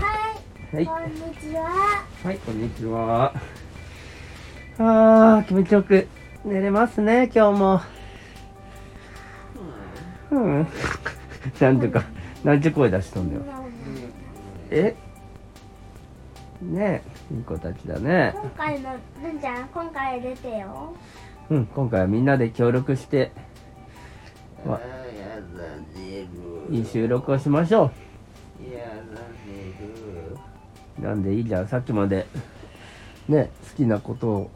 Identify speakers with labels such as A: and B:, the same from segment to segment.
A: はい
B: こんにちは。
A: はいこんにちはあー気持ちよく寝れますね今日もうん なんとかなんちゅう声出しとんだよえねえいい子たちだね
B: 今回の、るんちゃん、今回出てよ。
A: うん今回はみんなで協力してわ
C: やだね
A: いい収録をしましょ
C: やだね
A: うなんでいいじゃんさっきまでね好きなことを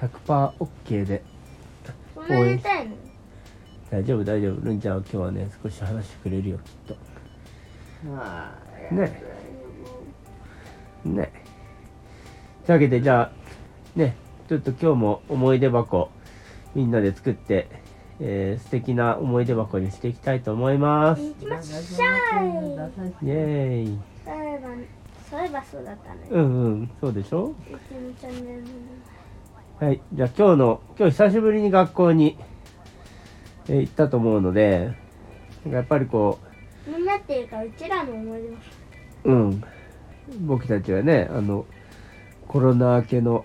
A: 100%OK で
B: そんなにたいの。
A: 大丈夫大丈夫ルンちゃんは今日はね少し話してくれるよきっと
C: まあやだ
A: ねねというわけでじゃあねちょっと今日も思い出箱みんなで作って、えー、素敵な思い出箱にしていきたいと思います
B: 行きましょう。
A: イエーイ
B: そういえば、そういえばそうだったね。
A: うんうんそうでしょ
B: うちのチャンネルの。
A: はいじゃあ今日の今日久しぶりに学校に、えー行ったと思うのでなんかやっぱりこ
B: みんなっていうか、うちらの思い出も。
A: ううん僕たちはねあのコロナ明けの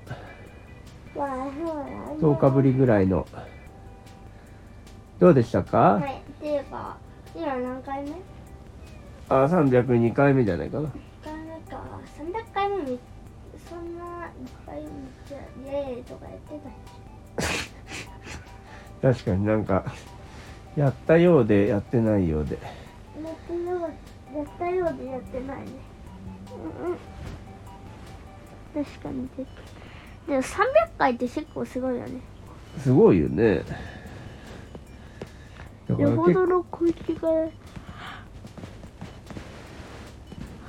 B: わあ、ほら。
A: 10日ぶりぐらいのどうでしたか、
B: はい、っていうか、今何回目。
A: あ302回目じゃないかな
B: 回目か、三百回目み。そんないっぱい、じゃ、イエーイとかやってた。
A: 確かになんかやったようでやってないようで
B: やったようやったようでやってないねうんうん確かにででも300回って結構すごいよね
A: すごいよねだか
B: よ
A: ら
B: ほ
A: 結
B: ど
A: 構
B: の空気が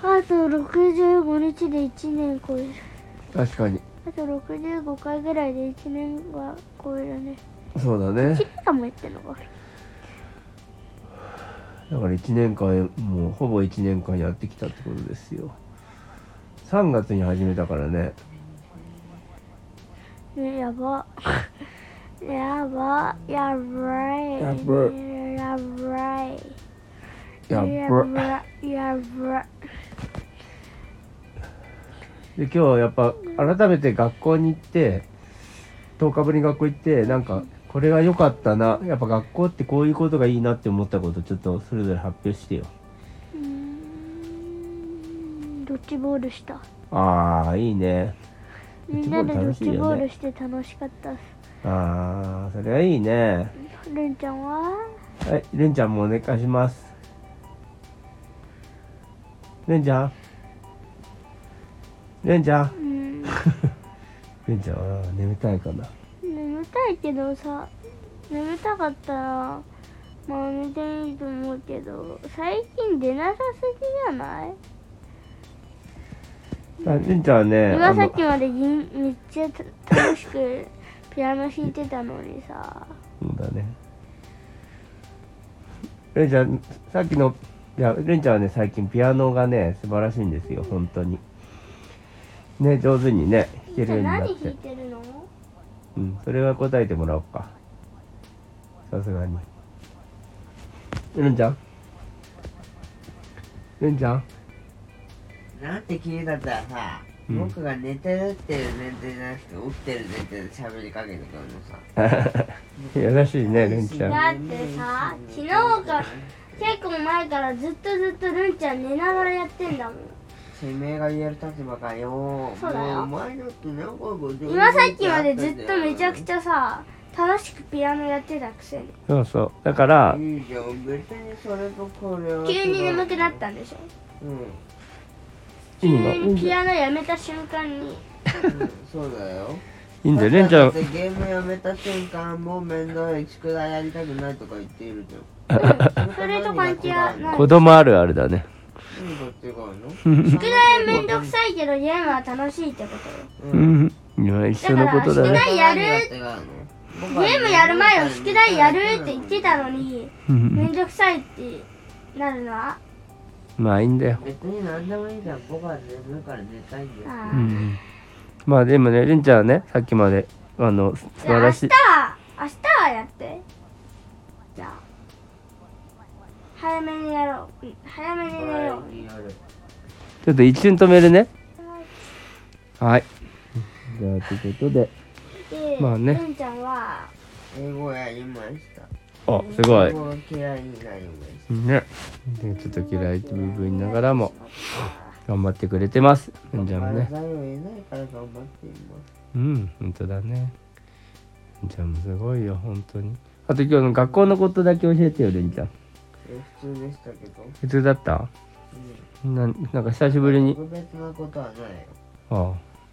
B: あと65日で1年超える
A: 確かに
B: あと65回ぐらいで1年は超えるね
A: そうだね
B: 1年間もやってんのか
A: だから1年間もうほぼ1年間やってきたってことですよ3月に始めたからね
B: ねやば やばやばい
A: やば
B: やばい
A: や
B: や
A: っば
B: ばいやばい
A: で今日はやっぱ改めて学校に行って10日ぶりに学校行ってなんかこれが良かったなやっぱ学校ってこういうことがいいなって思ったことちょっとそれぞれ発表してよ
B: うーんドッジボールした
A: ああいいね
B: みんなでドッ
A: 楽しいよ
B: ジ
A: ね
B: ボールして楽しかったっ
A: ああそれはいいね
B: するんちゃんは
A: はいるんちゃんもお願いしまするんちゃんるんちゃん
B: うー ん
A: るんちゃんは眠たいかな
B: 眠たいけどさ眠たかったらまあ寝ていいと思うけど最近出なさすぎじゃない
A: あるんちゃんはねあ
B: 今さ
A: の
B: っきまでぎんめっちゃた楽しく ピアノ弾いてたのにさ
A: そうだね。レンちゃん、さっきの、いや、レンちゃんはね、最近ピアノがね、素晴らしいんですよ、本当に。ね、上手にね、弾け
B: じ
A: る
B: ゃあ
A: ようになっ
B: 何弾
A: て
B: い。てるの
A: うん、それは答えてもらおうか。さすがに。レンちゃんレンちゃん
C: なんて聞いたんださ、
A: うん
C: 僕が寝てるっていう前提じゃなくて起きてる前提で喋りかけてくるのさ
A: 優しいね、レンちゃん。
B: だってさ昨日から結構前からずっとずっとるんちゃん寝ながらやってんだもん
C: てめえが言える立場かよ
B: そうだよ
C: もお前だって何回も
B: 今さっきまでずっとめちゃくちゃさ楽しくピアノやってたくせに
A: そうそう。だから、
C: いいじゃん別にそれとこれは
B: 急に眠くなったんでしょ
C: うん、うん、
A: い
B: 急
A: いのいい
B: に
A: ん
B: ピ
A: だよ。
B: アノやめた瞬間に
C: そうだよ
A: いいんだよ、レンちゃん
C: だ。ってゲームやめた瞬間もう面倒い宿題やりたくないとか言っているじゃん
B: それと関係はない
A: 子供あるあるだね。
C: 何が違うの
A: 宿
B: 宿題めんどくさいけどゲームは楽しいってこ
A: う
C: う
A: んん。今一緒のことだ
B: だから
A: ね。
B: 宿題やるとよゲームやる前は宿題やるって言ってたのに
A: うん
B: めんどくさいってなるのは
A: まあいいんだよ。
C: 別に何でもいいじゃん僕は眠いから寝たいんだよ
B: あ
A: う
B: ー
A: ん。まあでもね、りんちゃんはね、さっきまで、あの、素
B: じゃあ
A: 晴
B: 明
A: ら
B: 日
A: しい。
B: は明日はやってじゃあ早めにやろううん早めに寝よう
C: にやる
A: ちょっと一瞬止めるねはいじゃあということで
B: で、
A: まあね
B: うんちゃんは
C: 英語やりました
A: あすご
C: 英
A: い
C: 語が嫌いになりまし
A: ねでちょっと嫌いって部分ながらも頑張ってくれてますう
C: た
A: んちゃんもね
C: 体を得ないから頑張っています
A: うん本当だねうんちゃんもすごいよ本当にあと今日の学校のことだけ教えてよるんちゃん
C: え普通でしたけど、
A: 普通だった
C: う
A: ななんか久しぶり
C: ん、
A: に
C: 特別なことはないよ
A: あ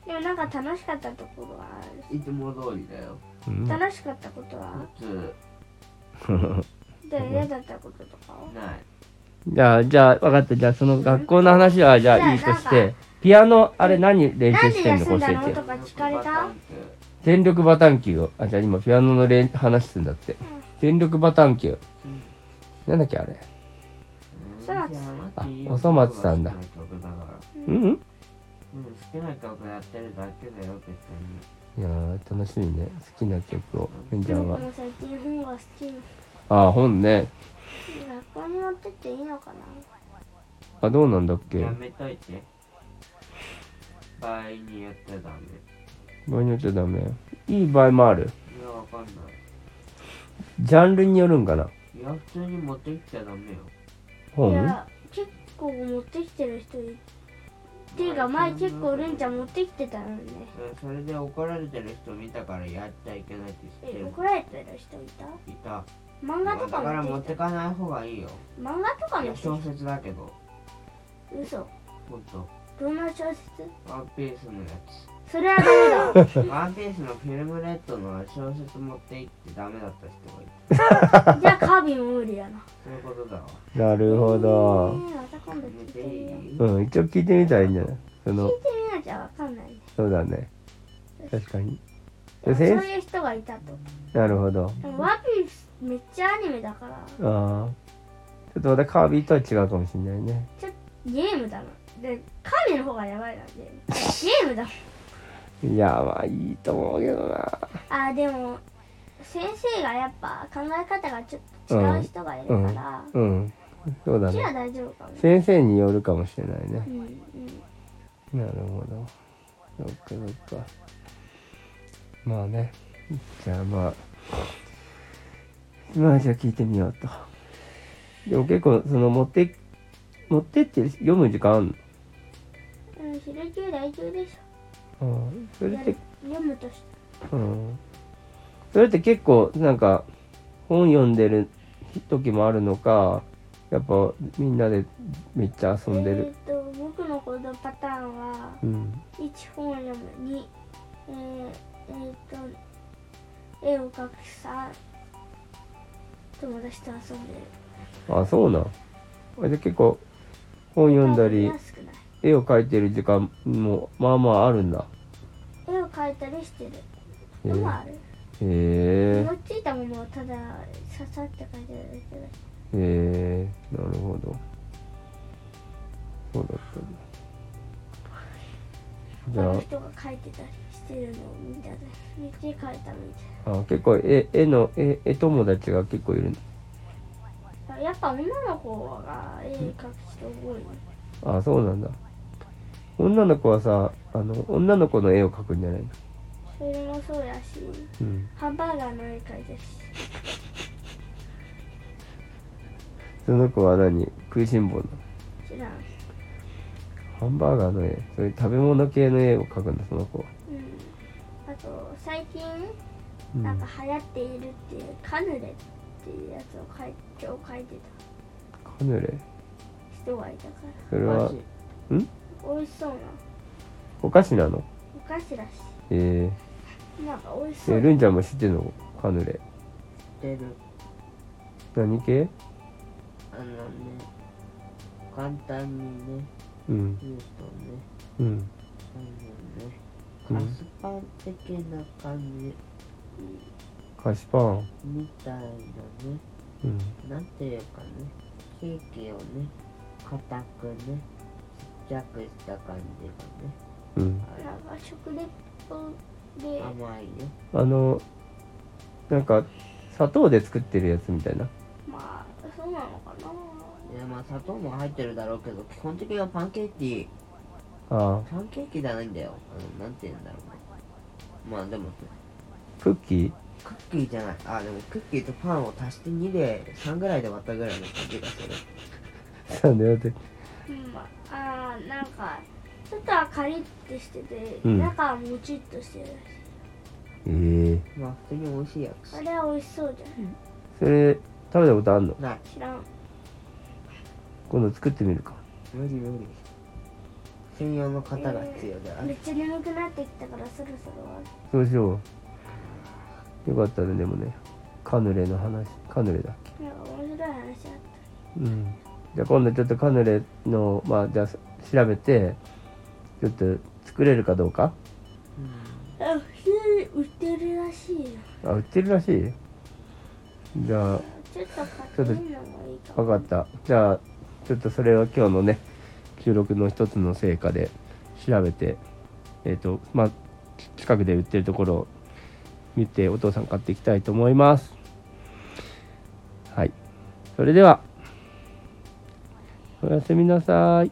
A: あ、
B: でもなんか楽しかったところはある
C: いつも通りだよ
A: うん、
B: 楽しかったことは
C: 普通
B: で嫌だったこととかは
C: ない
A: じゃあ、じゃあ、分かった。じゃあ、その学校の話は、じゃあ、いいとし
B: じゃあなん
A: て、ピアノ、あれ、何練
B: な
A: 習
B: ん
A: し
B: で
A: てんの
B: 休ん
A: 教
B: だ
A: え
B: の
A: て
B: と
A: よ。
B: か聞かれた
A: 全力バタン球を。あ、じゃあ、今、ピアノの練話してんだって。全力バタン球。なんだっけ、あれ。
B: そらつ
A: あおそ松さんだうん
C: うん、好きな曲やってるだけだよ別
A: い
C: に
A: やー、楽しみね。好きな曲を。みんち
B: で
A: ゃ
B: も
A: んは。
B: 最近本が好きなの
A: あ、本ね。
B: 学校に持ってっていいのかな
A: あ、どうなんだっけ
C: や。めといて場合によってダメ
A: 場合によっちゃダメ。いい場合もある。
C: いやわかんない
A: ジャンルによるんかな。
C: いや普通に持ってきちゃダメよ
B: い
A: 本
B: や結構持ってきてる人いるっていうか前結構レンちゃん持ってきてたのね
C: えそれで怒られてる人見たからやっちゃいけないって知って
B: え
C: る
B: 怒られてる人いた
C: いた
B: 漫画と
C: だから
B: か
C: 持
B: 持
C: っ
B: って
C: て
B: き
C: かない方がいいよ
B: た漫画とか
C: い
B: の
C: や
B: 人
C: 小説だけど
B: 嘘
C: ほんと
B: どんな小説
C: ワンピースのや
B: それはダメ だ
C: つワンピースのフィルムレッドの小説持って行ってダメだった人がいた
B: じゃあカービィも無理やな
C: そういうことだわ
A: なるほ
B: え
A: ど。
B: ー、また今度聞いてみよう聞いて
A: うん、一応聞いてみたらいいんじゃないその、
B: みなきゃわかんないね
A: そうだね。確かに。
B: でもそう
A: 先生
B: いう人がいたと
A: なるほど。
B: でもワンピースめっちゃアニメだから
A: ああ。ちょっとまたカービィとは違うかもしれないね。
B: ゲームだなでカービィの方がやばいなゲームゲームだ もん
A: いや、まあいいと思うけどな。
B: あーでも先生がやっぱ考え方がちょっと違う人がいるから、
A: うん。そう
B: う
A: だ
B: ちは
A: ね。
B: 大丈夫かも、ね
A: 先生によるかもしれないね
B: う。んうん、
A: なるほど。そっかそっか。まあね。じゃあまあ。まあじゃあ聞いてみようと。でも結構その持って、持ってって読む時間あんの
B: うん、昼休大休でし
A: うん。そ
B: ょ
A: れって
B: 読むとし
A: うんそれって結構なんか本読んでる時もあるのかやっぱみんなでめっちゃ遊んでる、
B: えっ、と僕の行動パターンは
A: うん
B: 1本読む2えー、えー、と絵を描く3友達と遊んでる
A: あそうなんあじゃあ結構本読んだり
B: 多分少ない
A: 絵を描いてる時間もまあまああるんだ
B: 絵を描いたりしてる
A: へ
B: のもある、
A: え
B: 思いついたものをただささって書いてるだけだし
A: へえなるほどそうだったんだじ
B: 他
A: ゃあ
B: の人が書いてたりしてるのを見たり見て書いたみ
A: あ結構絵絵の絵絵友達が結構いるの
B: たいなやっぱ女の子が絵描く人多いね
A: あそうなんだ女の子はさあの女の子の絵を描くんじゃないの、
B: それもそうやし
A: うん、
B: ハンバーガーの絵描いてるし
A: その子は何食いしん坊なの
B: 知らん
A: ハンバーガーの絵そういう食べ物系の絵を描くんだその子は、
B: うんあと最近
A: うん、
B: なんか流行っているっていうカヌレっていうやつを描い今日描いて
A: カヌレ
B: た人がいたか
A: それは
B: ら美味しそうな
A: お菓子なの
B: お菓子だし
A: え
B: なんか美味し
A: ー、
B: そ
A: え
B: う
A: ルンちゃんも知ってんのカヌレ
C: 知ってる
A: 何系
C: あのね簡単にね
A: うん
C: 言うとね
A: うんうん
C: あのねカスパン的な感じ
A: 菓子パン
C: みたいなね
A: うん
C: なんていうかねケーキをね硬くねちっちゃくした感じ
A: うん
C: が
B: な
C: ね
B: んか食レポで
C: あれ甘いよ
A: あのなんか砂糖で作ってるやつみたいな
B: まあそうなのかな
C: えねまあ砂糖も入ってるだろうけど基本的にはパンケーキ
A: ああ
C: パンケーキじゃないんだよあのなんて言うんだろうなまあでも
A: クッキー
C: クッキーじゃないあでもクッキーとパンを足して2で3ぐらいで割ったぐらいの感じがす
A: な
C: る
A: んで待って
B: うん、あーなんか外はカリッてしてて、
A: うん
B: 中はもちっとしてるらしい
A: えー、
C: まあ普通に美味しいやつ
B: あれは美味しそうじ
A: それ食べたことあんの
C: ない
B: ゃん知らん
A: 今度作ってみるか
C: 無理無理専用の型が必要だよ、
B: めっちゃ眠くなってきたからそろそろ終わる
A: そうしようよかったねでもねカヌレの話カヌレだっけ
B: なんか面白い話あった
A: うんじゃあ今度ちょっとカヌレのまあじゃあ調べてちょっと作れるかどうか
B: あ普通に売ってるらしいよ
A: あ売ってるらしいじゃあ
B: ちょっと買ってみるのがいいか
A: 分
B: も
A: かったじゃあちょっとそれは今日のね収録の一つの成果で調べてえっ、とまあち近くで売ってるところを見てお父さん買っていきたいと思いますはいそれではおやすみなさい